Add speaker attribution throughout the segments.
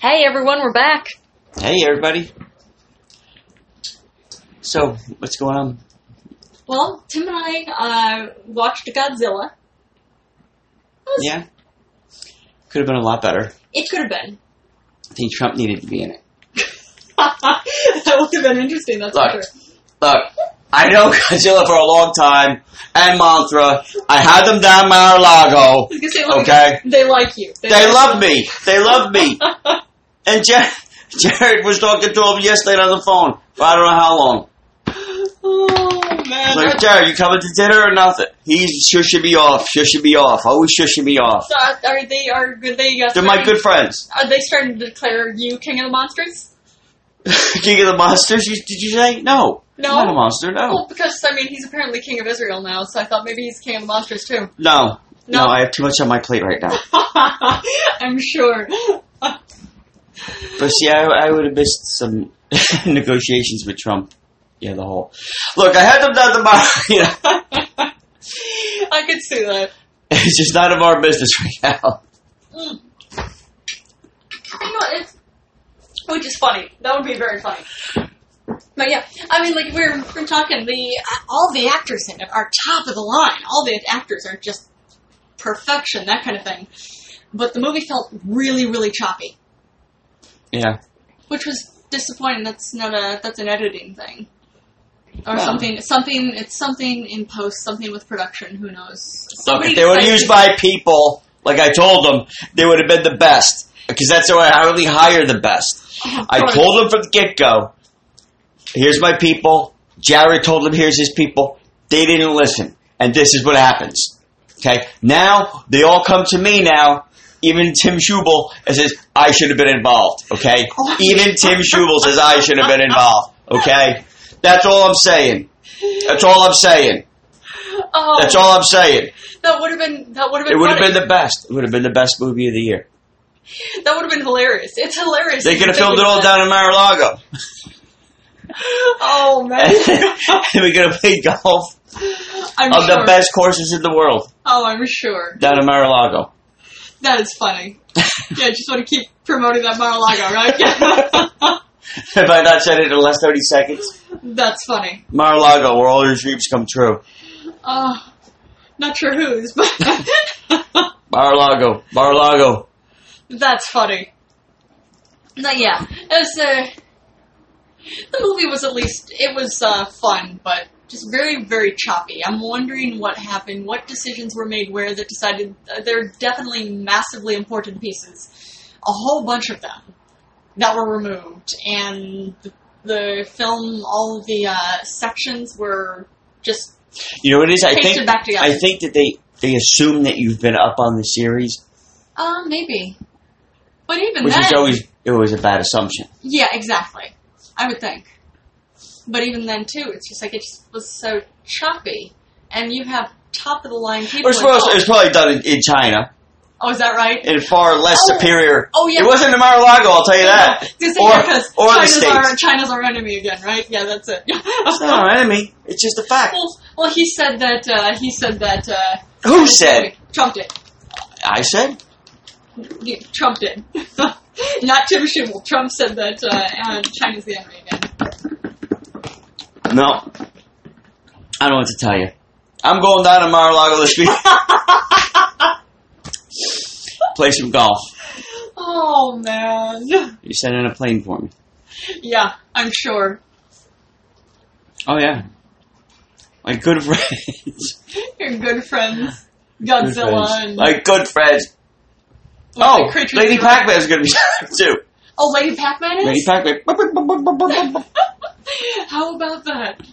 Speaker 1: Hey everyone, we're back.
Speaker 2: Hey, everybody. So, what's going on?
Speaker 1: Well, Tim and I uh, watched Godzilla. It was-
Speaker 2: Yeah? Could have been a lot better.
Speaker 1: It could have been.
Speaker 2: I think Trump needed to be in it.
Speaker 1: that would have been interesting. That's
Speaker 2: Look.
Speaker 1: for sure.
Speaker 2: Look, I know Godzilla for a long time, and Mantra. I had them down Mar-a-Lago,
Speaker 1: I was gonna say, look,
Speaker 2: okay?
Speaker 1: they like you.
Speaker 2: They love me. They love me. And Jer- Jared was talking to him yesterday on the phone. For I don't know how long.
Speaker 1: oh
Speaker 2: I was
Speaker 1: man.
Speaker 2: like, Jared, you coming to dinner or nothing? He sure should be off. Sure should be off. Always sure should be off.
Speaker 1: So, uh, are they are good? They uh,
Speaker 2: They're my
Speaker 1: starting-
Speaker 2: good friends.
Speaker 1: Are they starting to declare you king of the monsters?
Speaker 2: King of the Monsters, you, did you say? No.
Speaker 1: No.
Speaker 2: Not a monster, no.
Speaker 1: Well, because I mean, he's apparently king of Israel now, so I thought maybe he's king of the monsters too.
Speaker 2: No.
Speaker 1: No.
Speaker 2: No, I have too much on my plate right now.
Speaker 1: I'm sure.
Speaker 2: But see, I, I would have missed some negotiations with Trump. Yeah, the whole. Look, I had them down the bar. You know,
Speaker 1: I could see that.
Speaker 2: it's just none of our business right now.
Speaker 1: Mm. You know, it's, which is funny. That would be very funny. But yeah, I mean, like we're we're talking the all the actors in it are top of the line. All the actors are just perfection, that kind of thing. But the movie felt really, really choppy,
Speaker 2: Yeah.
Speaker 1: which was disappointing. That's not a that's an editing thing, or
Speaker 2: No.
Speaker 1: something something it's something in post, something with production. Who knows?
Speaker 2: Look,
Speaker 1: Somebody
Speaker 2: if they would have
Speaker 1: decided
Speaker 2: used
Speaker 1: to-
Speaker 2: my people, like I told them, they would have been the best. Because that's how I only hire the best.
Speaker 1: Oh,
Speaker 2: I
Speaker 1: God.
Speaker 2: told them from the get go, here's my people. Jared told them, here's his people. They didn't listen. And this is what happens. Okay? Now, they all come to me now. Even Tim Schubel and says, I should have been involved. Okay?
Speaker 1: Oh.
Speaker 2: Even Tim Schubel says, I should have been involved. Okay? That's all I'm saying. That's all I'm saying.
Speaker 1: Oh,
Speaker 2: That's all I'm saying.
Speaker 1: That would have been that would have been.
Speaker 2: It would have
Speaker 1: funny.
Speaker 2: been the best. It would have been the best movie of the year.
Speaker 1: That would have been hilarious. It's hilarious.
Speaker 2: They could have filmed it all down in Mar-a-Lago.
Speaker 1: Oh man,
Speaker 2: and we could have played golf
Speaker 1: I'm
Speaker 2: on
Speaker 1: sure.
Speaker 2: the best courses in the world
Speaker 1: Oh, I'm sure.
Speaker 2: down in Mar-a-Lago.
Speaker 1: That is funny. yeah, just want to keep promoting that Mar-a-Lago, right?
Speaker 2: Have I not said it in the last 30 seconds?
Speaker 1: That's funny.
Speaker 2: Mar-a-Lago, where all your dreams come true.
Speaker 1: Uh, not sure whose, but
Speaker 2: Mar-a-Lago, Mar-a-Lago.
Speaker 1: that's funny. But yeah, it was. Uh, the movie was at least it was uh, fun, but just very very choppy. I'm wondering what happened, what decisions were made, where that decided uh, there are definitely massively important pieces, a whole bunch of them that were removed, and the, the film all the uh, sections were just
Speaker 2: You know what it is? I
Speaker 1: pasted
Speaker 2: think,
Speaker 1: back together.
Speaker 2: I think that they, they assume that you've been up on the series,
Speaker 1: uh, maybe, but even
Speaker 2: which
Speaker 1: then,
Speaker 2: is always, it was a bad assumption.
Speaker 1: Yeah, exactly. I would think. But even then, too, it's just like it just was so choppy. And you have top of the line
Speaker 2: It
Speaker 1: people.
Speaker 2: was, supposed- it was
Speaker 1: involved.
Speaker 2: probably done in, in China,
Speaker 1: oh, is that right?
Speaker 2: in far less
Speaker 1: Oh.
Speaker 2: superior.
Speaker 1: Oh, yeah.
Speaker 2: It wasn't in Mar-a-Lago, I'll tell you that.
Speaker 1: Just
Speaker 2: Or-
Speaker 1: because
Speaker 2: or the
Speaker 1: China's, our,
Speaker 2: States.
Speaker 1: China's our enemy again, right? Yeah, that's it.
Speaker 2: It's not
Speaker 1: Oh.
Speaker 2: our enemy. It's just a fact.
Speaker 1: well, well, he said that. Uh, he said that. Uh,
Speaker 2: Who said?
Speaker 1: Trump did.
Speaker 2: I said.
Speaker 1: Yeah, Trump did. Not Tim Schimmel. Trump said that uh, uh, China's the enemy again.
Speaker 2: No. I don't know what to tell you. I'm going down to Mar-a-Lago this week. Play some golf.
Speaker 1: Oh man.
Speaker 2: You sent in a plane for me.
Speaker 1: Yeah, I'm sure.
Speaker 2: Oh yeah. My good friends.
Speaker 1: You're good friends.
Speaker 2: Good
Speaker 1: Godzilla
Speaker 2: friends.
Speaker 1: and
Speaker 2: My good friends.
Speaker 1: Like
Speaker 2: oh,
Speaker 1: the creatures
Speaker 2: Lady
Speaker 1: that-
Speaker 2: Pac-Man's gonna be there too.
Speaker 1: Oh, Lady Pac-Man is.
Speaker 2: Lady Pac-Man.
Speaker 1: How about that?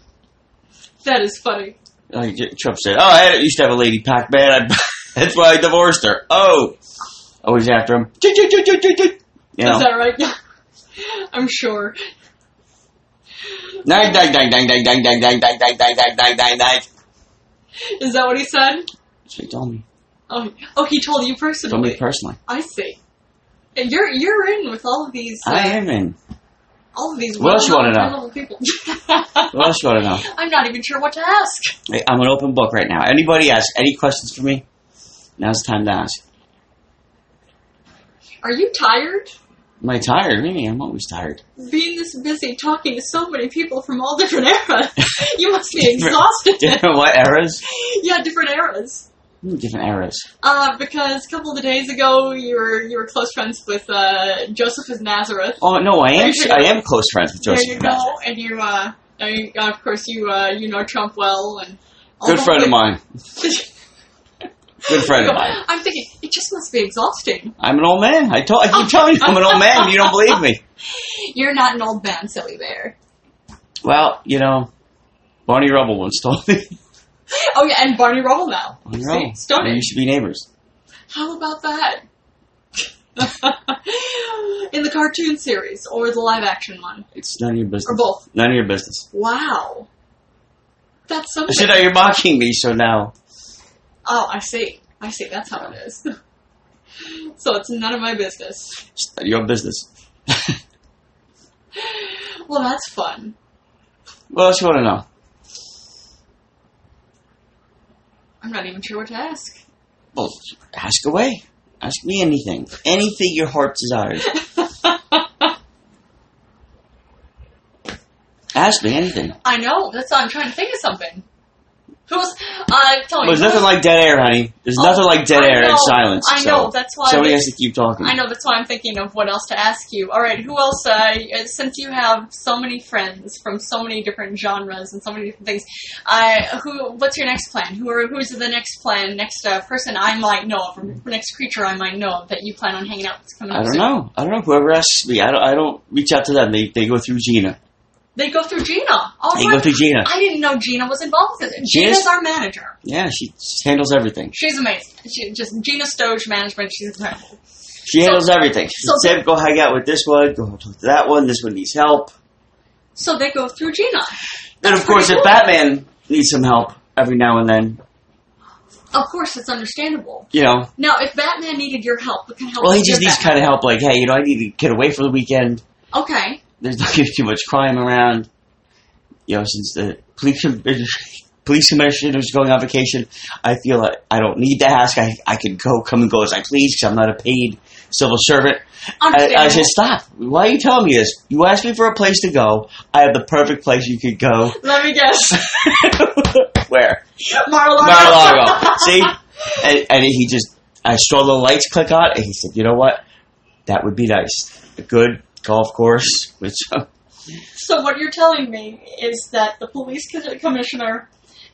Speaker 1: That is funny.
Speaker 2: Like Trump said, "Oh, I used to have a Lady Pac-Man. I, that's why I divorced her." Oh, always after him. You know.
Speaker 1: Is that right? Yeah. I'm sure.
Speaker 2: Nine, nine, nine, nine, nine, nine, nine, nine, nine, nine, nine, nine, nine, nine, nine.
Speaker 1: Is that what he said?
Speaker 2: She told me.
Speaker 1: Oh, oh, he told you personally.
Speaker 2: Told me personally.
Speaker 1: I see. And you're you're in with all of these. Uh,
Speaker 2: I am in.
Speaker 1: All of these.
Speaker 2: What else you wanna
Speaker 1: well-known People.
Speaker 2: What else you want to know?
Speaker 1: I'm not even sure what to ask.
Speaker 2: Hey, I'm an open book right now. Anybody ask any questions for me? Now's the time to ask.
Speaker 1: Are you tired?
Speaker 2: Am I tired? Maybe I'm always tired.
Speaker 1: Being this busy talking to so many people from all different eras, you must be exhausted.
Speaker 2: Different what eras?
Speaker 1: yeah, different eras.
Speaker 2: Hmm, Different eras.
Speaker 1: Uh, because a couple of days ago, you were you were close friends with uh, Joseph of Nazareth.
Speaker 2: Oh no, I am.
Speaker 1: There you
Speaker 2: I am close friends with
Speaker 1: there you
Speaker 2: Joseph. Mazza.
Speaker 1: go, and you uh, now you, uh, of course you uh, you know Trump well and all
Speaker 2: Good
Speaker 1: that
Speaker 2: friend of
Speaker 1: thing.
Speaker 2: mine. Good friend of mine.
Speaker 1: I'm thinking it just must be exhausting.
Speaker 2: I'm an old man. I told. I keep telling you, I'm an old man. You don't believe me.
Speaker 1: You're not an old man, silly bear.
Speaker 2: Well, you know, Barney Rubble once told me.
Speaker 1: Oh yeah, and Barney Rubble now.
Speaker 2: Barney
Speaker 1: See,
Speaker 2: Rubble.
Speaker 1: stunning.
Speaker 2: You should be neighbors.
Speaker 1: How about that? In the cartoon series or the live action one
Speaker 2: It's none of your
Speaker 1: or
Speaker 2: business.
Speaker 1: both.
Speaker 2: None of your business.
Speaker 1: Wow, that's something.
Speaker 2: So now you're mocking me. So now,
Speaker 1: Oh, I see. I see. That's how it is. so it's none of my business.
Speaker 2: it's none of your business.
Speaker 1: Well, that's fun.
Speaker 2: What else you want to know?
Speaker 1: I'm not even sure what to ask.
Speaker 2: Well, ask away. Ask me anything. Anything your heart desires. Ask me anything.
Speaker 1: I know. That's. I'm trying to think of something. Who's? Uh, tell me.
Speaker 2: There's
Speaker 1: who was-
Speaker 2: nothing like dead air, honey. There's
Speaker 1: Oh,
Speaker 2: nothing like dead
Speaker 1: I
Speaker 2: air
Speaker 1: know,
Speaker 2: and silence.
Speaker 1: I know.
Speaker 2: So
Speaker 1: that's why.
Speaker 2: somebody
Speaker 1: I,
Speaker 2: has to keep talking.
Speaker 1: I know. That's why I'm thinking of what else to ask you. All right. Who else? Uh, since you have so many friends from so many different genres and so many different things, I who? What's your next plan? Who are? Who's the next plan? Next uh, person I might know of, or next creature I might know of that you plan on hanging out with coming
Speaker 2: I
Speaker 1: up
Speaker 2: don't
Speaker 1: soon?
Speaker 2: know. I don't know. Whoever asks me, I don't. I don't reach out to them. They they go through Gina.
Speaker 1: They go through Gina. Oh,
Speaker 2: They
Speaker 1: my-
Speaker 2: go through Gina.
Speaker 1: I didn't know Gina was involved with it.
Speaker 2: Gina's-
Speaker 1: Gina's our manager.
Speaker 2: Yeah, she handles everything.
Speaker 1: She's amazing. She just Gina Stoge management. She's incredible.
Speaker 2: She
Speaker 1: So-
Speaker 2: handles everything. She
Speaker 1: so-
Speaker 2: said, "Go hang out with this one. Go talk to that one. This one needs help."
Speaker 1: So they go through Gina.
Speaker 2: And of course, if Batman needs some help every now and then,
Speaker 1: Of course, it's understandable.
Speaker 2: you know,
Speaker 1: Now, if Batman needed your help, what kind of help?
Speaker 2: well, he
Speaker 1: would
Speaker 2: just
Speaker 1: you
Speaker 2: needs
Speaker 1: give
Speaker 2: kind of help. Like, hey, you know, I need to get away for the weekend.
Speaker 1: Batman? Okay.
Speaker 2: There's not gonna be too much crime around. You know, since the police com- police commissioner is going on vacation, I feel like I don't need to ask. I I could go come and go as I please because I'm not a paid civil servant. I,
Speaker 1: Understandable.
Speaker 2: I said, stop. Why are you telling me this? You asked me for a place to go. I have the perfect place you could go.
Speaker 1: Let me guess.
Speaker 2: Where?
Speaker 1: Mar-a-Lago.
Speaker 2: Mar-a-Lago. See? And, and he just, I saw the lights click on, and he said, you know what? That would be nice. A good golf course with some.
Speaker 1: So what you're telling me is that the police co- commissioner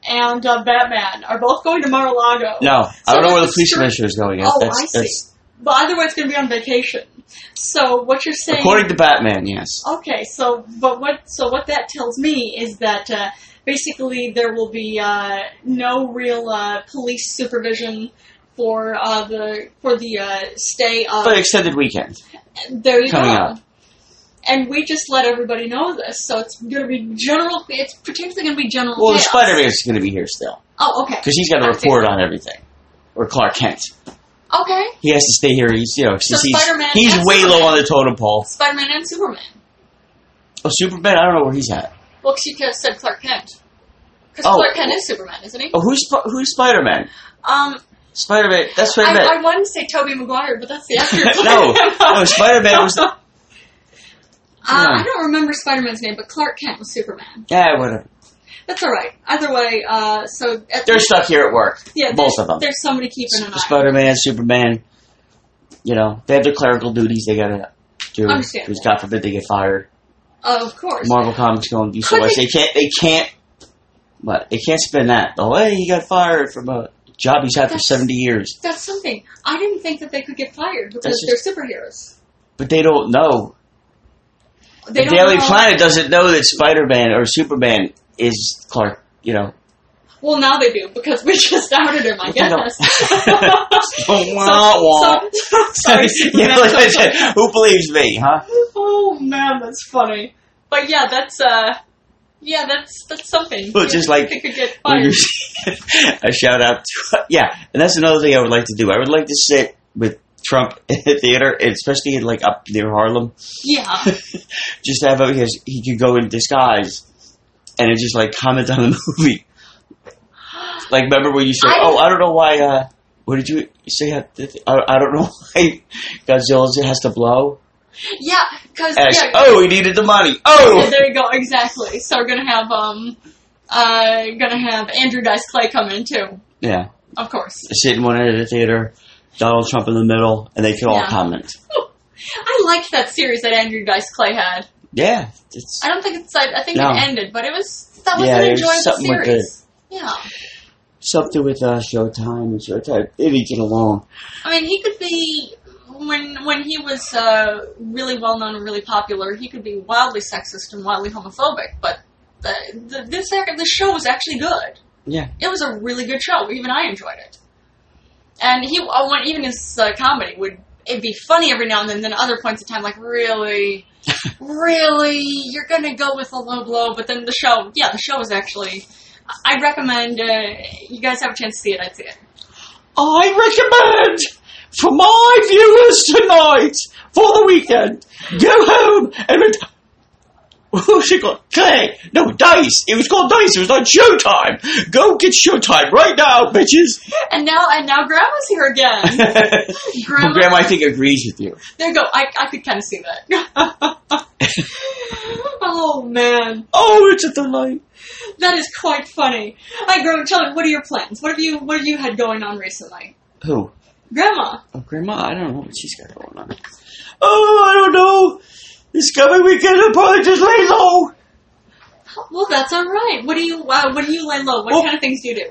Speaker 1: and uh, Batman are both going to Mar-a-Lago.
Speaker 2: No, I don't know where the police
Speaker 1: So-
Speaker 2: commissioner is going.
Speaker 1: Oh,
Speaker 2: that's,
Speaker 1: I see.
Speaker 2: that's-
Speaker 1: But either way, it's going to be on vacation. So what you're saying?
Speaker 2: according to Batman, yes.
Speaker 1: Okay, so but what so what that tells me is that uh, basically there will be uh, no real uh, police supervision for uh, the for the uh, stay of
Speaker 2: But extended weekend.
Speaker 1: there you
Speaker 2: coming
Speaker 1: go.
Speaker 2: up.
Speaker 1: And we just let everybody know this, so it's going to be general. It's particularly going to be general.
Speaker 2: Well, the
Speaker 1: chaos.
Speaker 2: Spider Man's going to be here still
Speaker 1: Oh, okay,
Speaker 2: because he's got to
Speaker 1: I see.
Speaker 2: report on everything. Or Clark Kent.
Speaker 1: okay.
Speaker 2: He has to stay here. He's, you know, since
Speaker 1: Spider-Man
Speaker 2: he's, he's
Speaker 1: and
Speaker 2: way low
Speaker 1: Superman.
Speaker 2: on the totem pole.
Speaker 1: Spider-Man and Superman.
Speaker 2: Oh, Superman, I don't know where he's at.
Speaker 1: Well, 'cause you could have said Clark Kent, because
Speaker 2: Oh.
Speaker 1: Clark Kent is Superman, isn't he?
Speaker 2: Oh, who's Sp- who's Spider Man?
Speaker 1: Um,
Speaker 2: Spider Man. That's what I meant.
Speaker 1: I, I wanted to say Toby Maguire, but that's the actor.
Speaker 2: no, no, Spider Man was.
Speaker 1: uh, I
Speaker 2: Yeah.
Speaker 1: Uh, don't remember Spider Man's name, but Clark Kent was Superman.
Speaker 2: Yeah, whatever.
Speaker 1: That's all right. Either way, uh, so at
Speaker 2: They're stuck here at work.
Speaker 1: yeah,
Speaker 2: both
Speaker 1: there's,
Speaker 2: of them.
Speaker 1: There's somebody keeping an eye.
Speaker 2: Spider Man, Superman. You know, they have their clerical duties they gotta do.
Speaker 1: Understandable.
Speaker 2: Because God forbid they get fired.
Speaker 1: Oh, of course.
Speaker 2: Marvel Comics going to do so
Speaker 1: Could
Speaker 2: much.
Speaker 1: they-
Speaker 2: They can't. They can't. But they can't spin that. Oh, hey, he got fired from a job he's had for
Speaker 1: That's-
Speaker 2: seventy years.
Speaker 1: That's something. I didn't think that they could get fired because
Speaker 2: That's
Speaker 1: they're superheroes.
Speaker 2: But they don't know.
Speaker 1: They
Speaker 2: the
Speaker 1: don't
Speaker 2: Daily
Speaker 1: know-
Speaker 2: Planet doesn't know that Spider Man or Superman is Clark. You know.
Speaker 1: Well, now they do because we just outed him. I
Speaker 2: They don't.
Speaker 1: guess.
Speaker 2: Wah, wah.
Speaker 1: So, so, sorry, Superman.
Speaker 2: yeah, like I said, who believes me, huh?
Speaker 1: Oh man, that's funny. But yeah, that's uh, yeah, that's that's something.
Speaker 2: Well,
Speaker 1: Yeah,
Speaker 2: just like
Speaker 1: they could get
Speaker 2: When
Speaker 1: fired.
Speaker 2: you see- a shout out to yeah, and that's another thing I would like to do. I would like to sit with Trump in the theater, and especially in, like up near Harlem,
Speaker 1: Yeah,
Speaker 2: just to have him because he could go in disguise and then just like comment on the movie. Like, remember when you said,
Speaker 1: I-
Speaker 2: "Oh, I don't know why." uh What did you say? I, I don't know why Godzilla has to blow.
Speaker 1: Yeah, because
Speaker 2: X.
Speaker 1: yeah,
Speaker 2: Oh, he needed the money.
Speaker 1: Yeah,
Speaker 2: Oh,
Speaker 1: there you go. Exactly. So we're gonna have um, uh, gonna have Andrew Dice Clay come in too,
Speaker 2: yeah.
Speaker 1: of course.
Speaker 2: Sit in one end of the theater, Donald Trump in the middle, and they could all
Speaker 1: Yeah.
Speaker 2: comment.
Speaker 1: I liked that series that Andrew Dice Clay had.
Speaker 2: Yeah, it's
Speaker 1: I don't think it's. I, I think
Speaker 2: No.
Speaker 1: it ended, but it was that was
Speaker 2: Yeah,
Speaker 1: an
Speaker 2: there's
Speaker 1: enjoyable
Speaker 2: something with
Speaker 1: series. Yeah,
Speaker 2: something with uh, Showtime and Showtime. It didn't get along.
Speaker 1: I mean, he could be when when he was uh, really well known and really popular. He could be wildly sexist and wildly homophobic, but the, the this act- this show was actually good.
Speaker 2: Yeah,
Speaker 1: It was a really good show. Even I enjoyed it. And he, uh, when, even his uh, comedy would it'd be funny every now and then. Then other points in time, like really, really, you're gonna go with a low blow. But then the show, yeah, the show was actually. I- I'd recommend uh, you guys have a chance to see it. I'd see it.
Speaker 2: I recommend for my viewers tonight for the weekend. Go home and ret- who's it called? Clay? No, Dice. It was called Dice. It was on Showtime. Go get Showtime right now, bitches.
Speaker 1: And now, and now, Grandma's here again.
Speaker 2: Well,
Speaker 1: Grandma,
Speaker 2: Graham, I think agrees with you.
Speaker 1: there you go. I, I could kind of see that. oh man.
Speaker 2: Oh, it's a delight.
Speaker 1: That is quite funny. Hi, grown children. What are your plans? What have you What have you had going on recently,
Speaker 2: Who?
Speaker 1: Grandma?
Speaker 2: Oh, Grandma, I don't know what she's got going on. Oh, I don't know. This coming weekend, I'll probably just lay low.
Speaker 1: Well, that's all right. What do you uh, What do you lay low? What
Speaker 2: Oh.
Speaker 1: kind of things do you do?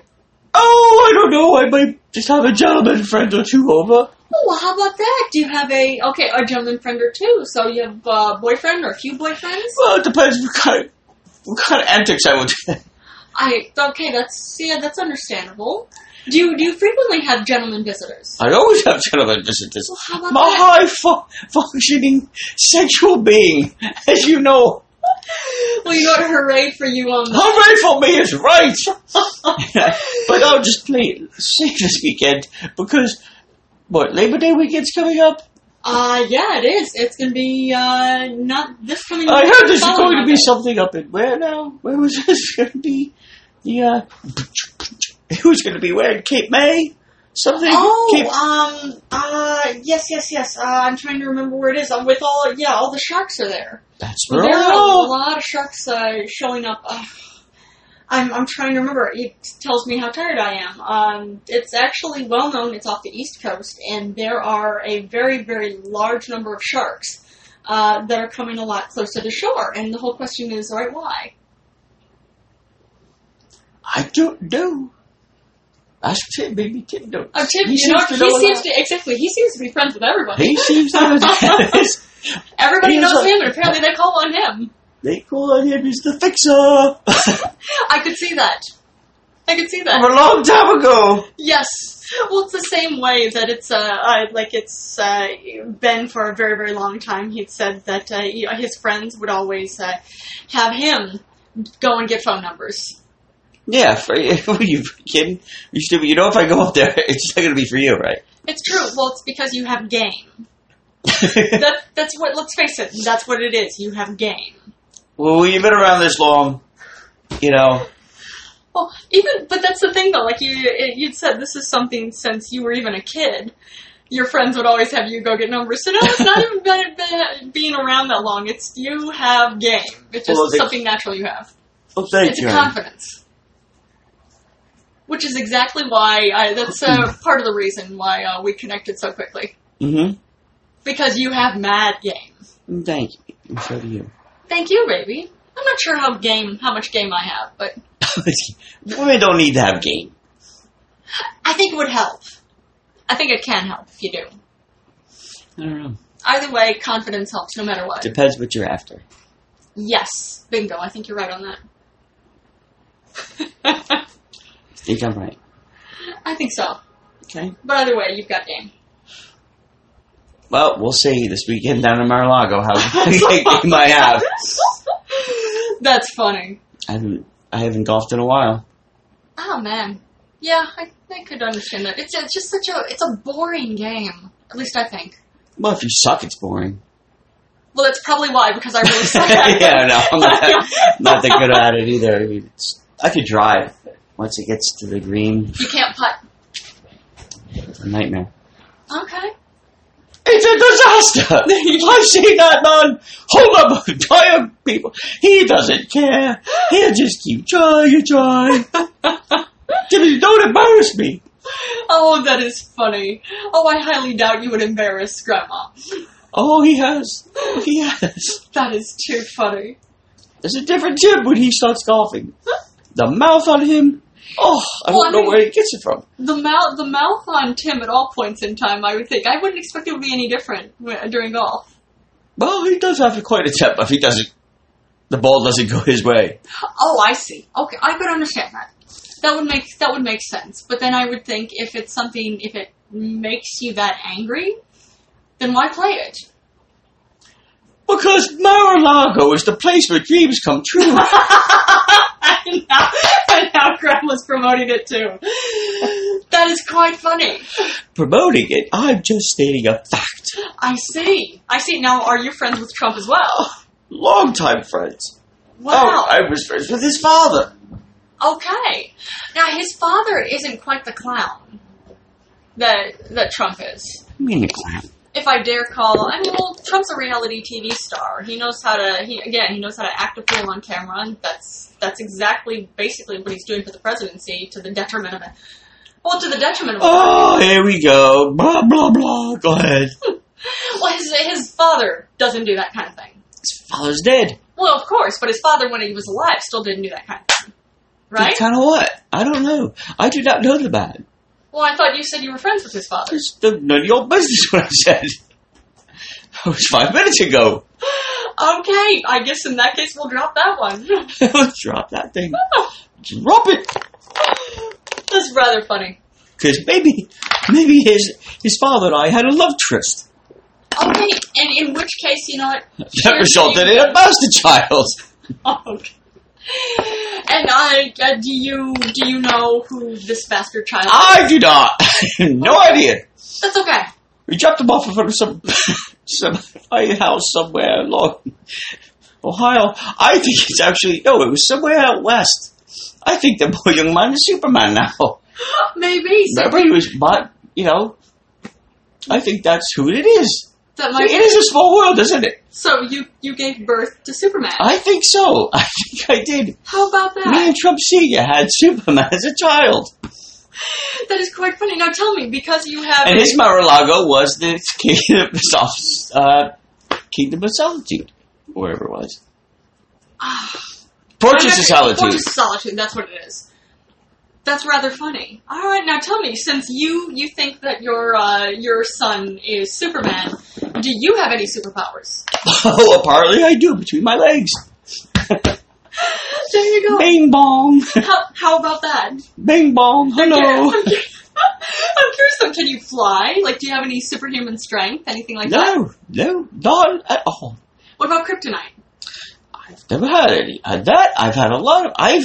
Speaker 2: Oh, I don't know. I might just have a gentleman friend or two over.
Speaker 1: Oh, well, how about that? Do you have a okay a gentleman friend or two? So you have a boyfriend or a few boyfriends?
Speaker 2: Well, it depends what kind of, what kind of antics I would do.
Speaker 1: I okay. That's yeah. That's understandable. Do you, do you frequently have gentlemen visitors?
Speaker 2: I always have gentlemen visitors.
Speaker 1: Well, how about
Speaker 2: I'm a
Speaker 1: that?
Speaker 2: high fu- functioning sexual being, as you know.
Speaker 1: Well, you know what? Hooray for you on that.
Speaker 2: Hooray for me is right! but I'll just play it safe this weekend because, what, Labor Day weekend's coming up?
Speaker 1: Uh, yeah, it is. It's gonna be uh not this coming.
Speaker 2: I
Speaker 1: Monday,
Speaker 2: heard there's
Speaker 1: following
Speaker 2: going to be
Speaker 1: Monday.
Speaker 2: something up in where now? Where was this going to be? The uh, who's going to be where? Cape May? Something? Cape,
Speaker 1: Oh, um, uh, yes, yes, yes. Uh, I'm trying to remember where it is. I'm with all, yeah, all the sharks are there.
Speaker 2: that's where.
Speaker 1: There are a
Speaker 2: Oh,
Speaker 1: lot of sharks uh, showing up. Uh, I'm, I'm trying to remember. It tells me how tired I am. Um, it's actually well known. It's off the east coast, and there are a very, very large number of sharks uh, that are coming a lot closer to shore. And the whole question is, all right, why?
Speaker 2: I don't know. Ask Tim, maybe Tim knows.
Speaker 1: Uh, Tim,
Speaker 2: He
Speaker 1: you know,
Speaker 2: seems
Speaker 1: he
Speaker 2: to know a
Speaker 1: seems
Speaker 2: lot.
Speaker 1: to exactly. He seems to be friends with everybody.
Speaker 2: He seems to know that.
Speaker 1: Everybody
Speaker 2: He's
Speaker 1: knows
Speaker 2: a-
Speaker 1: him, and apparently they call on him.
Speaker 2: they call on him as the fixer.
Speaker 1: I could see that. I could see
Speaker 2: From
Speaker 1: that.
Speaker 2: a long time ago.
Speaker 1: Yes. Well, it's the same way that it's uh, uh like it's uh, been for a very very long time. He'd said that uh, you know, his friends would always uh, have him go and get phone numbers.
Speaker 2: Yeah, for, are you kidding? You stupid. You know, if I go up there, it's not going to be for you, right?
Speaker 1: It's true. Well, it's because you have game. That that's what. Let's face it. That's what it is. You have game.
Speaker 2: well, when you've been around this long, you know.
Speaker 1: Well, even but that's the thing though. Like you, you'd said this is something since you were even a kid. Your friends would always have you go get numbers. So no, it's not even been, been, being around that long. It's you have game. It's just
Speaker 2: Well, they-
Speaker 1: something natural you have.
Speaker 2: Well, Oh, thank
Speaker 1: it's
Speaker 2: you.
Speaker 1: a
Speaker 2: honey.
Speaker 1: confidence, which is exactly why I, that's uh, part of the reason why uh, we connected so quickly
Speaker 2: Mm-hmm.
Speaker 1: because you have mad game.
Speaker 2: Mm, Thank you. And so do you.
Speaker 1: Thank you, baby. I'm not sure how game how much game I have, but
Speaker 2: Women don't need to have game.
Speaker 1: I think it would help. I think it can help if you do.
Speaker 2: I don't know.
Speaker 1: Either way, confidence helps no matter what.
Speaker 2: Depends what you're after.
Speaker 1: Yes, bingo. I think you're right on that.
Speaker 2: Think I'm right.
Speaker 1: I think so.
Speaker 2: Okay.
Speaker 1: But either way, you've got game.
Speaker 2: Well, we'll see this weekend down in Mar-a-Lago how big a game I have.
Speaker 1: That's funny.
Speaker 2: I haven't, I haven't golfed in a while.
Speaker 1: Oh man. Yeah, I, I could understand that. It's, it's just such a it's a boring game. At least I think.
Speaker 2: Well, if you suck, it's boring.
Speaker 1: Well, that's probably why because I really suck at it.
Speaker 2: yeah, no, I'm not, not that good at it either. I mean, it's, I could drive, but once it gets to the green,
Speaker 1: You can't putt.
Speaker 2: it's a nightmare.
Speaker 1: Okay.
Speaker 2: It's a disaster. I've seen that man hold up entire people. He doesn't care. He'll just keep trying and trying. Jimmy, don't embarrass me.
Speaker 1: Oh, that is funny. Oh, I highly doubt you would embarrass Grandma.
Speaker 2: Oh, he has. Oh, he has.
Speaker 1: That is too funny.
Speaker 2: There's a different Jim when he starts golfing. The mouth on him. Oh, I
Speaker 1: Well,
Speaker 2: don't
Speaker 1: I
Speaker 2: know
Speaker 1: mean-
Speaker 2: where he gets it from.
Speaker 1: The mouth, the mouth on Tim at all points in time. I would think I wouldn't expect it would be any different w- during golf.
Speaker 2: Well, he does have quite a temper. If he doesn't, the ball doesn't go his way.
Speaker 1: Oh, I see. Okay, I could understand that. That would make that would make sense. But then I would think if it's something, if it makes you that angry, then why play it?
Speaker 2: Because Mar-a-Lago is the place where dreams come true.
Speaker 1: and, now, and now Grandma's promoting it too. That is quite funny.
Speaker 2: Promoting it, I'm just stating a fact.
Speaker 1: I see. I see. Now, are you friends with Trump as well?
Speaker 2: Longtime friends.
Speaker 1: Wow.
Speaker 2: Oh, I was friends with his father.
Speaker 1: Okay. Now his father isn't quite the clown that that Trump is.
Speaker 2: Meaning clown.
Speaker 1: If I dare call, I mean, well, Trump's a reality TV star. He knows how to. He again, he knows how to act a fool on camera. And that's that's exactly basically what he's doing for the presidency to the detriment of it. Well, to the detriment of.
Speaker 2: Oh, here we go. Blah, blah, blah. Go ahead.
Speaker 1: Well, his his father doesn't do that kind of thing.
Speaker 2: His father's dead.
Speaker 1: Well, of course, but his father, when he was alive, still didn't do that kind of thing, right?
Speaker 2: Kind of what? I don't know. I do not know the man.
Speaker 1: Well, I thought you said you were friends with his father.
Speaker 2: It's the, none of your business what I said. That was five minutes ago.
Speaker 1: Okay, I guess in that case we'll drop that one.
Speaker 2: Drop that thing. Drop it.
Speaker 1: That's rather funny.
Speaker 2: Because maybe, maybe his his father and I had a love tryst
Speaker 1: Okay, and in which case, you know what?
Speaker 2: that resulted in a bastard child.
Speaker 1: Okay. And I, uh, do you do you know who this bastard child?
Speaker 2: I do not. no idea.
Speaker 1: is? That's okay.
Speaker 2: We dropped him off in front of some some house somewhere along Ohio. I think it's actually no, it was somewhere out west. I think the poor young man is Superman now.
Speaker 1: Maybe so
Speaker 2: Remember he was, but you know, I think that's who it is.
Speaker 1: that might.
Speaker 2: It is a small world, isn't it?
Speaker 1: So you you gave birth to Superman.
Speaker 2: I think so. I think I did.
Speaker 1: How about
Speaker 2: Ah! Me
Speaker 1: that?
Speaker 2: and Trump Senior had Superman as a child,
Speaker 1: That is quite funny. Now tell me, because you have
Speaker 2: and his Mar-a-Lago was the kingdom of sol- uh, kingdom of solitude, or whatever it was. Fortress of solitude.
Speaker 1: Fortress of solitude. That's what it is. That's rather funny. All right, now tell me, since you you think that your uh, your son is Superman, do you have any superpowers?
Speaker 2: Oh, apparently I do between my legs.
Speaker 1: There you go.
Speaker 2: Bing bong,
Speaker 1: How, how about that?
Speaker 2: bing bong. Hello.
Speaker 1: I'm curious though, can you fly? Like, do you have any superhuman strength? Anything like that?
Speaker 2: No, no, not at all.
Speaker 1: What about kryptonite?
Speaker 2: Never had any. Had that. I've had a lot of. I've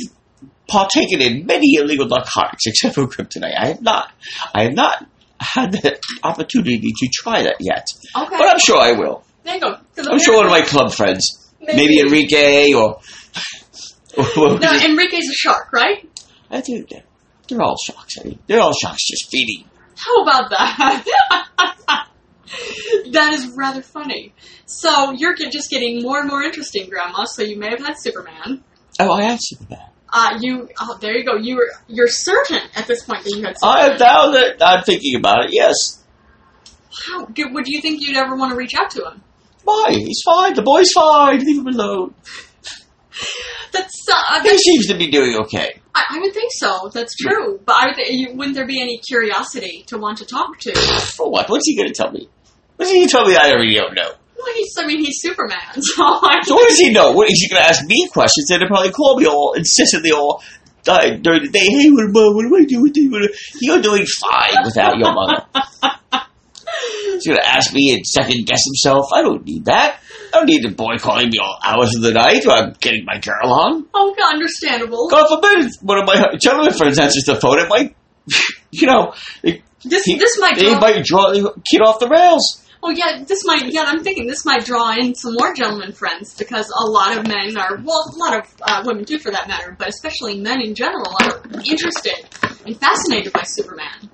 Speaker 2: partaken in many illegal narcotics, except for kryptonite. I have not. I have not had the opportunity to try that yet,
Speaker 1: Okay.
Speaker 2: but I'm sure I will.
Speaker 1: there you go. 'Cause
Speaker 2: I'm sure one of my club friends, maybe Enrique or. or what was
Speaker 1: No,
Speaker 2: it?
Speaker 1: Enrique's a shark, right?
Speaker 2: I think they're, they're all sharks. I mean, they're all sharks, just feeding.
Speaker 1: How about that? that is rather funny. So you're get- just getting more and more interesting, Grandma. So you may have had Superman.
Speaker 2: Oh, I have Superman.
Speaker 1: Uh, you, oh, there you go. You were, you're certain at this point that you had
Speaker 2: I
Speaker 1: Superman.
Speaker 2: am now that I'm thinking about it. Yes,
Speaker 1: How, do, would you think you'd ever want to reach out to him?
Speaker 2: why? He's fine. The boy's fine. Leave him alone.
Speaker 1: That's, uh,
Speaker 2: He seems to be doing okay.
Speaker 1: I, I would think so. That's true. But I would th- you, wouldn't there be any curiosity to want to talk to?
Speaker 2: For what? What's he going to tell me? What's he going to tell me? I already don't know.
Speaker 1: Well, he's, I mean, he's Superman, so I
Speaker 2: So what does he know? What is he going to ask me questions? And he'll probably call me all insistently all uh, during the day. Hey, what am I? What am I doing? What am I- You're doing fine without your mother. He's going to ask me and second guess himself. I don't need that. I don't need a boy calling me all hours of the night while I'm getting my girl on.
Speaker 1: oh, understandable.
Speaker 2: God forbid if one of my gentleman friends answers the phone. It might, you know, it,
Speaker 1: This
Speaker 2: he-
Speaker 1: this might
Speaker 2: they
Speaker 1: draw.
Speaker 2: might draw the kid off the rails.
Speaker 1: Oh yeah, this might. Yeah, I'm thinking this might draw in some more gentlemen friends because a lot of men are. Well, a lot of uh, women too, for that matter, but especially men in general are interested and fascinated by Superman.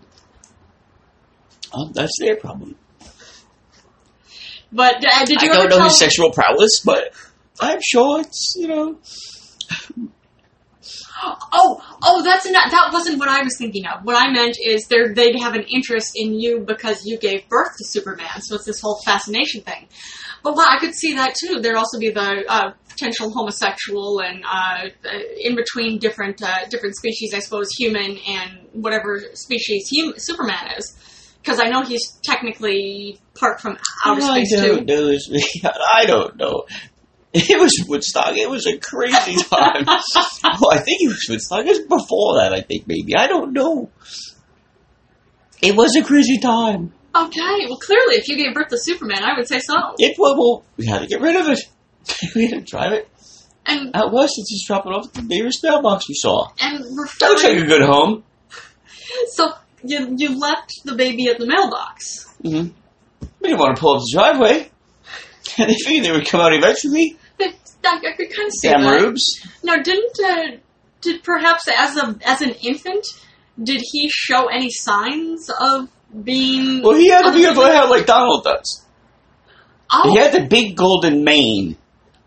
Speaker 2: Oh, that's their problem.
Speaker 1: But uh, did
Speaker 2: I
Speaker 1: you
Speaker 2: don't
Speaker 1: ever
Speaker 2: know
Speaker 1: tell?
Speaker 2: his sexual prowess, but I'm sure it's you know.
Speaker 1: Oh, oh, that's not. That wasn't what I was thinking of. What I meant is they they'd have an interest in you because you gave birth to Superman. So it's this whole fascination thing. But wow, I could see that too. There'd also be the uh, potential homosexual and uh, in between different uh, different species. I suppose human and whatever species hum- Superman is. Because I know he's technically part from outer
Speaker 2: I
Speaker 1: space too.
Speaker 2: don't know. it's- I don't know. It was Woodstock. It was a crazy time. oh, I think it was Woodstock. It was before that. I think maybe. I don't know. It was a crazy time.
Speaker 1: Okay, well, clearly, if you gave birth to Superman, I would say so.
Speaker 2: It well, well we had to get rid of it. we had to drive it
Speaker 1: And
Speaker 2: out west and just drop it off at the nearest mailbox we saw.
Speaker 1: and
Speaker 2: That'll
Speaker 1: referring,
Speaker 2: take a good home.
Speaker 1: so you you left the baby at the mailbox.
Speaker 2: Mm-hmm. We didn't want to pull up the driveway. And they figured they would come out eventually.
Speaker 1: That, that- I could kind of see
Speaker 2: Sam
Speaker 1: that.
Speaker 2: Rubes.
Speaker 1: Now, didn't uh, did perhaps as a as an infant, did he show any signs of being?
Speaker 2: Well, he had a beautiful hair like Donald does.
Speaker 1: oh,
Speaker 2: He had the big golden mane,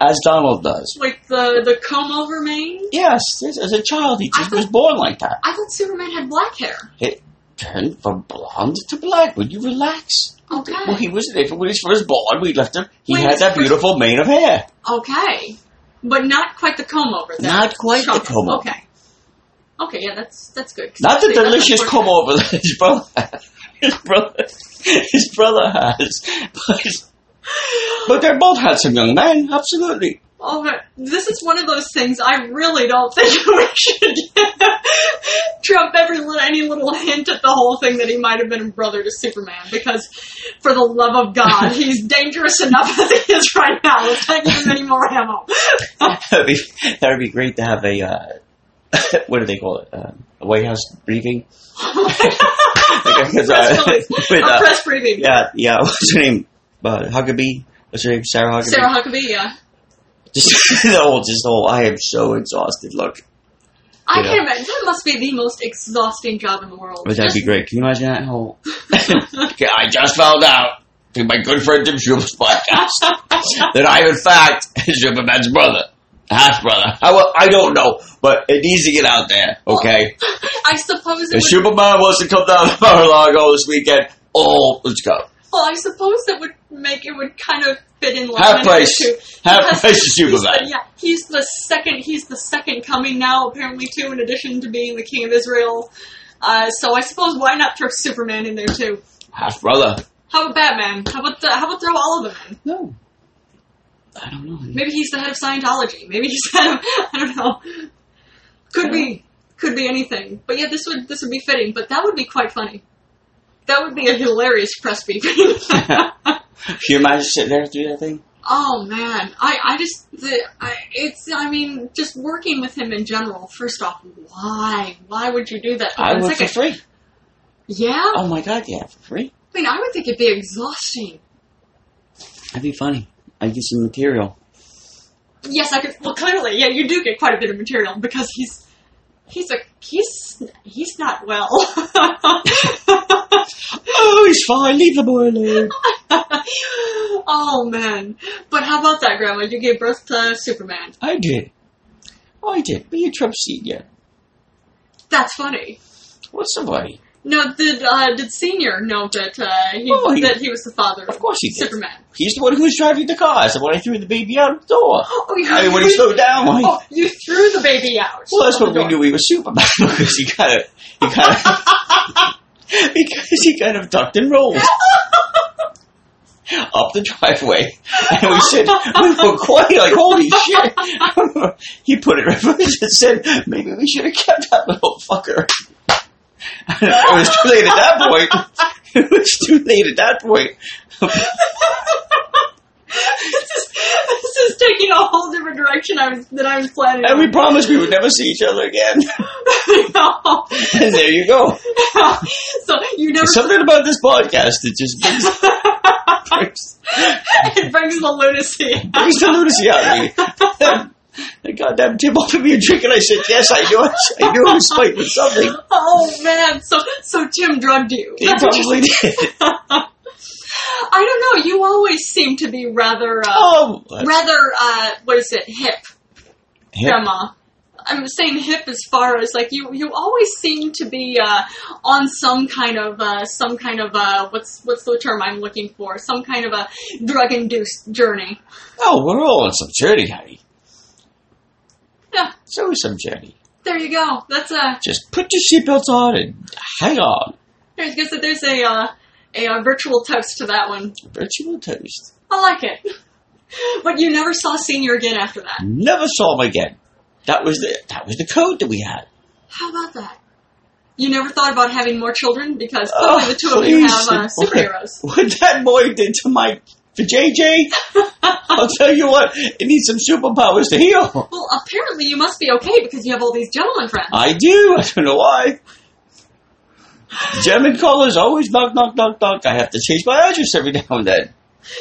Speaker 2: as Donald does.
Speaker 1: like the the comb over mane.
Speaker 2: Yes, as as a child, he just was born like that.
Speaker 1: I thought Superman had black hair.
Speaker 2: It turned from blonde to black. Would you relax?
Speaker 1: Okay.
Speaker 2: Well, he was an infant when he was first born. We left him. He
Speaker 1: When
Speaker 2: had
Speaker 1: his
Speaker 2: that
Speaker 1: first-
Speaker 2: beautiful mane of hair.
Speaker 1: Okay, but not quite the comb over. Then.
Speaker 2: Not quite the
Speaker 1: Chunk.
Speaker 2: comb over.
Speaker 1: Okay. Okay, yeah, that's that's good. 'Cause
Speaker 2: Not the
Speaker 1: that's- that's
Speaker 2: delicious
Speaker 1: unfortunate.
Speaker 2: comb over that his brother, his brother, his brother has. But, but they're both handsome young men, absolutely.
Speaker 1: Oh, but this is one of those things I really don't think we should trump every little, any little hint at the whole thing that he might have been a brother to Superman because, for the love of God, he's dangerous enough as he is right now. Let's not give him any more ammo.
Speaker 2: That'd be that'd be great to have a uh, what do they call it? Uh, a White House briefing. Like, 'cause,
Speaker 1: press
Speaker 2: uh,
Speaker 1: release.
Speaker 2: with,
Speaker 1: Uh,
Speaker 2: uh,
Speaker 1: press briefing.
Speaker 2: yeah, yeah. What's her name? Uh, Huckabee. What's her name? Sarah Huckabee.
Speaker 1: Sarah Huckabee, yeah.
Speaker 2: Just the whole, just the whole. I am so exhausted. Look,
Speaker 1: I
Speaker 2: Yeah.
Speaker 1: can imagine. That must be the most exhausting job in the world.
Speaker 2: But that'd be great. Can you imagine that whole? Okay, I just found out through my good friend Jim Schumer's podcast that I, am in fact, Superman's brother, half brother. I, well, I don't know, but it needs to get out there. Okay,
Speaker 1: I suppose it
Speaker 2: if
Speaker 1: would
Speaker 2: Superman wants to come down to Mar-a-Lago this weekend, oh, let's go.
Speaker 1: Well, I suppose that would make it would kind of fit in line.
Speaker 2: Half price.
Speaker 1: too.
Speaker 2: Half
Speaker 1: Because
Speaker 2: price is
Speaker 1: he's the-
Speaker 2: Superman.
Speaker 1: Yeah, he's the second. He's the second coming now, apparently too. In addition to being the king of Israel, uh, so I suppose why not throw Superman in there too?
Speaker 2: Half brother.
Speaker 1: How about Batman? How about the, how about throw all of them in?
Speaker 2: No, I don't know.
Speaker 1: Maybe he's the head of Scientology. Maybe he's head of I don't know. Could be could be anything. But yeah, this would this would be fitting. But that would be quite funny. That would be a hilarious press briefing.
Speaker 2: Can you imagine sitting there through that thing?
Speaker 1: Oh man, I I just the I, it's I mean just working with him in general. First off, why why would you do that?
Speaker 2: I
Speaker 1: And
Speaker 2: would for
Speaker 1: second,
Speaker 2: free.
Speaker 1: yeah, I
Speaker 2: Oh my god, yeah, for free.
Speaker 1: mean I would think it'd be exhausting.
Speaker 2: That'd be funny. I'd get some material.
Speaker 1: Yes, I could. Well, clearly, yeah, you do get quite a bit of material because he's he's a he's he's not well.
Speaker 2: Oh, he's fine. Leave the boy alone.
Speaker 1: oh man, but how about that, Grandma? You gave birth to Superman.
Speaker 2: I did. I did. Be a Trump senior.
Speaker 1: That's funny.
Speaker 2: What's the worry?
Speaker 1: No, did uh, did Senior know that uh, he,
Speaker 2: Oh, he-
Speaker 1: that he was the father
Speaker 2: Of course he did.
Speaker 1: Superman?
Speaker 2: He's the one who was driving the car. So when I threw the baby out the door.
Speaker 1: Oh, you
Speaker 2: I mean, when he slowed down, like,
Speaker 1: Oh, you threw the baby out.
Speaker 2: well, that's
Speaker 1: of
Speaker 2: when
Speaker 1: the
Speaker 2: we
Speaker 1: door.
Speaker 2: knew he was Superman because he kind of, he kind of, because he kind of ducked and rolled up the driveway, and we said we were quite like, holy shit! he put it reverse and said, maybe we should have kept that little fucker. it was too late at that point. It was too late at that point.
Speaker 1: this, is, this is taking a whole different direction I was, than I was planning.
Speaker 2: And
Speaker 1: on.
Speaker 2: we promised we would never see each other again.
Speaker 1: No.
Speaker 2: And there you go.
Speaker 1: so you never.
Speaker 2: Something about this podcast that just brings, brings,
Speaker 1: it brings the lunacy.
Speaker 2: brings the lunacy out of me. That goddamn Tim offered me a drink, and I said, "Yes, I knew it. I knew it was spiked with something."
Speaker 1: Oh man! So so Tim drugged you.
Speaker 2: He
Speaker 1: That's what you
Speaker 2: probably did.
Speaker 1: said. I don't know. You always seem to be rather, uh,
Speaker 2: Oh,
Speaker 1: rather, uh, what is it? Hip,
Speaker 2: hip.
Speaker 1: grandma. I'm saying hip as far as like you. You always seem to be uh, on some kind of uh, some kind of uh, what's what's the term I'm looking for? Some kind of a drug induced journey.
Speaker 2: Oh, we're all on some journey, honey.
Speaker 1: Yeah.
Speaker 2: It's always some journey.
Speaker 1: There you go. That's uh, a
Speaker 2: Just put your seatbelts on and hang on.
Speaker 1: There's guess that there's a uh, a uh, virtual toast to that one.
Speaker 2: Virtual toast.
Speaker 1: I like it. But you never saw senior again after that.
Speaker 2: Never saw him again. That was the that was the code that we had.
Speaker 1: How about that? You never thought about having more children because
Speaker 2: Oh,
Speaker 1: probably the two of you
Speaker 2: please,
Speaker 1: have uh,
Speaker 2: what-
Speaker 1: superheroes.
Speaker 2: What that boy did to my to JJ, I'll tell you what, it needs some superpowers to heal.
Speaker 1: Well, apparently you must be okay because you have all these gentlemen friends.
Speaker 2: I do. I don't know why. German callers always knock, knock, knock, knock. I have to change my address every now and then.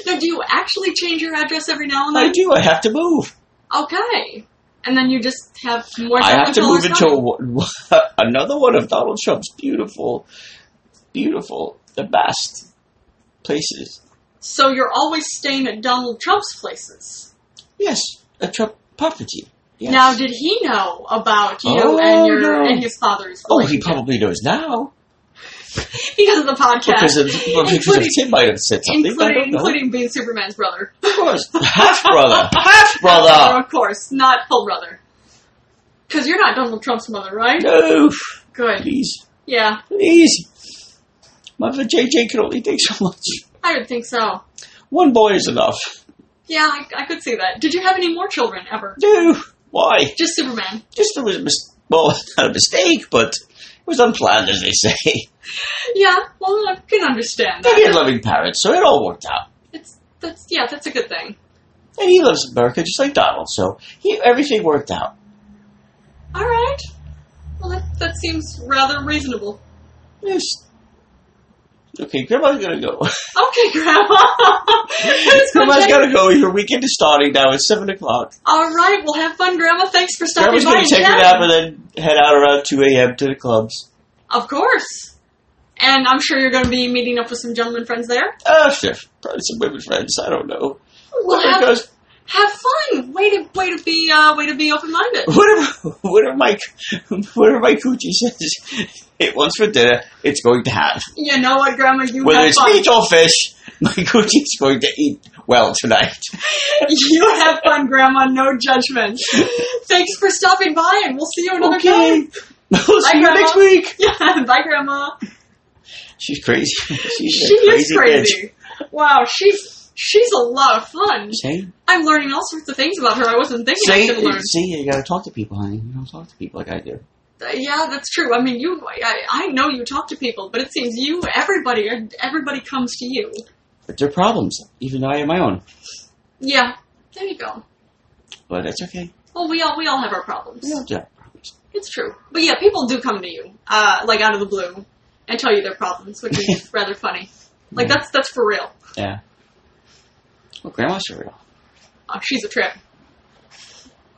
Speaker 1: Now, do you actually change your address every now and
Speaker 2: I
Speaker 1: then?
Speaker 2: do. I have to move.
Speaker 1: Okay. And then you just have more
Speaker 2: I have to
Speaker 1: gentlemen
Speaker 2: move
Speaker 1: callers
Speaker 2: into
Speaker 1: coming.
Speaker 2: a- another one of Donald Trump's beautiful, beautiful, the best places.
Speaker 1: So you're always staying at Donald Trump's places.
Speaker 2: Yes, a Trump property. Yes.
Speaker 1: Now, did he know about you
Speaker 2: Oh,
Speaker 1: and your
Speaker 2: no.
Speaker 1: and his father's?
Speaker 2: oh, he
Speaker 1: relationship?
Speaker 2: probably knows now
Speaker 1: because of the podcast,
Speaker 2: because of, well, because of
Speaker 1: Including-
Speaker 2: Tim might have said something. but I
Speaker 1: including
Speaker 2: don't know.
Speaker 1: including being Superman's brother,
Speaker 2: of course, half brother, half brother.
Speaker 1: of course, not full brother. Because you're not Donald Trump's mother, right?
Speaker 2: No,
Speaker 1: Good.
Speaker 2: please,
Speaker 1: Yeah,
Speaker 2: please. Mother JJ can only take so much.
Speaker 1: I would think so.
Speaker 2: One boy is enough.
Speaker 1: Yeah, I, I could see that. Did you have any more children ever?
Speaker 2: No, why?
Speaker 1: Just Superman.
Speaker 2: Just it was a mis- well, not a mistake, but it was unplanned, as they say.
Speaker 1: Yeah, well, I can understand
Speaker 2: But he had
Speaker 1: that.
Speaker 2: loving parents, so it all worked out.
Speaker 1: It's that's yeah, that's a good thing.
Speaker 2: And he loves America just like Donald, so he, everything worked out.
Speaker 1: All right. Well, that, that seems rather reasonable.
Speaker 2: Yes. Okay, Grandma's gonna go.
Speaker 1: Okay, Grandma. It's been
Speaker 2: Grandma's
Speaker 1: taking-
Speaker 2: gotta go. Your weekend is starting now. It's 7 o'clock.
Speaker 1: All right, well, have fun, Grandma. Thanks for stopping
Speaker 2: Grandma's
Speaker 1: by.
Speaker 2: gonna
Speaker 1: and
Speaker 2: take a
Speaker 1: chatting.
Speaker 2: nap and then head out around 2 a.m. to the clubs.
Speaker 1: Of course. And I'm sure you're going to be meeting up with some gentlemen friends there.
Speaker 2: Oh, sure. Probably some women friends. I don't know.
Speaker 1: Well,
Speaker 2: Whatever,
Speaker 1: have,
Speaker 2: goes,
Speaker 1: have fun. Way to way to be uh, way to be open minded.
Speaker 2: whatever, whatever, my, whatever my coochie says it wants for dinner, it's going to have.
Speaker 1: You know what, Grandma? You
Speaker 2: Whether
Speaker 1: have
Speaker 2: it's
Speaker 1: fun.
Speaker 2: meat or fish, my coochie's going to eat well tonight.
Speaker 1: you have fun, Grandma. No judgment. Thanks for stopping by, and we'll see you another
Speaker 2: Okay.
Speaker 1: time.
Speaker 2: We'll see you
Speaker 1: Grandma.
Speaker 2: next week.
Speaker 1: Yeah, bye, Grandma.
Speaker 2: She's crazy. She's
Speaker 1: she
Speaker 2: a crazy
Speaker 1: is crazy. Wow, she's she's a lot of fun.
Speaker 2: Bitch. See,
Speaker 1: I'm learning all sorts of things about her I wasn't thinking I could
Speaker 2: see,
Speaker 1: learn.
Speaker 2: see, you gotta talk to people, honey. You don't talk to people like I do.
Speaker 1: Uh, Yeah, that's true. I mean, you, I, I know you talk to people, but it seems you, everybody, er, everybody comes to you.
Speaker 2: But there are problems, even though I have my own.
Speaker 1: Yeah, there you go.
Speaker 2: But it's okay.
Speaker 1: Well, we all, we all have our problems.
Speaker 2: We all do have problems.
Speaker 1: It's true. But yeah, people do come to you, uh, like out of the blue, and tell you their problems, which is rather funny. Like
Speaker 2: Yeah.
Speaker 1: that's, that's for real.
Speaker 2: Yeah. Well, Grandma's real.
Speaker 1: Oh, she's a trip.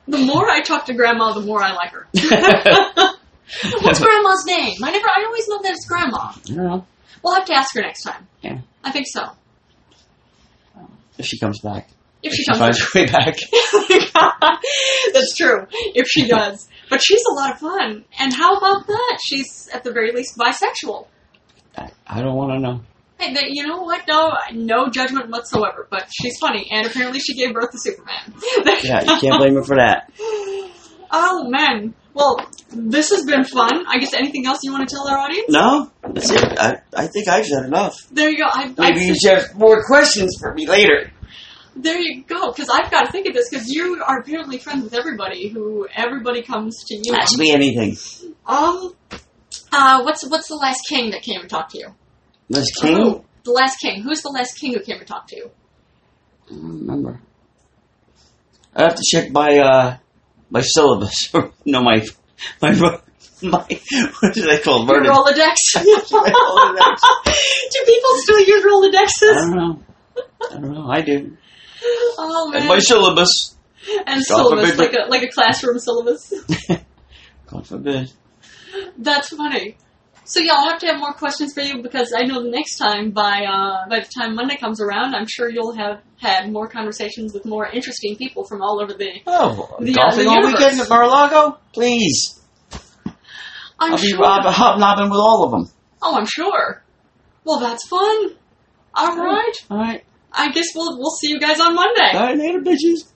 Speaker 1: The more I talk to Grandma, the more I like her. What's Grandma's name? I never, I always know that it's Grandma.
Speaker 2: I don't know.
Speaker 1: We'll have to ask her next time.
Speaker 2: Yeah.
Speaker 1: I think so.
Speaker 2: If she comes back.
Speaker 1: If she
Speaker 2: she
Speaker 1: comes
Speaker 2: finds her way back.
Speaker 1: That's true, if she does. But she's a lot of fun. And how about that? She's, at the very least, bisexual.
Speaker 2: I, I don't want to know.
Speaker 1: Hey, th- you know what? No, no judgment whatsoever, but she's funny. And apparently she gave birth to Superman.
Speaker 2: Yeah, you can't blame her for that.
Speaker 1: oh, man. Well, this has been fun. I guess anything else you want to tell our audience?
Speaker 2: No, that's it. I, I think I've said enough.
Speaker 1: There you go. I, I,
Speaker 2: Maybe you should have more questions for me later.
Speaker 1: there you go. Because I've got to think of this. Because you are apparently friends with everybody. Who everybody comes to you.
Speaker 2: Ask me anything.
Speaker 1: Um, uh, what's what's the last king that came and talked to you?
Speaker 2: This king?
Speaker 1: Who? The last king. Who's the last king who came and talked to you?
Speaker 2: I don't remember. I have to check my uh my syllabus. no, my my ro- my what do they call
Speaker 1: Your
Speaker 2: Vernon?
Speaker 1: Rolodex.
Speaker 2: Rolodex.
Speaker 1: Do people still use
Speaker 2: I
Speaker 1: Rolodexes?
Speaker 2: don't know. I don't know. I do.
Speaker 1: Oh
Speaker 2: And
Speaker 1: man.
Speaker 2: my syllabus.
Speaker 1: and
Speaker 2: God
Speaker 1: syllabus,
Speaker 2: forbid
Speaker 1: like a like a classroom syllabus.
Speaker 2: God forbid.
Speaker 1: That's funny. So yeah, I'll have to have more questions for you because I know the next time by uh, by the time Monday comes around, I'm sure you'll have had more conversations with more interesting people from all over the.
Speaker 2: Oh,
Speaker 1: The, uh,
Speaker 2: golfing
Speaker 1: the
Speaker 2: all
Speaker 1: universe.
Speaker 2: weekend at Mar-a-Lago? Please.
Speaker 1: I'm
Speaker 2: I'll be
Speaker 1: sure.
Speaker 2: rob- hobnobbing with all of them.
Speaker 1: Oh, I'm sure. Well, that's fun. All right.
Speaker 2: All right.
Speaker 1: I guess we'll we'll see you guys on Monday.
Speaker 2: All right, later, bitches.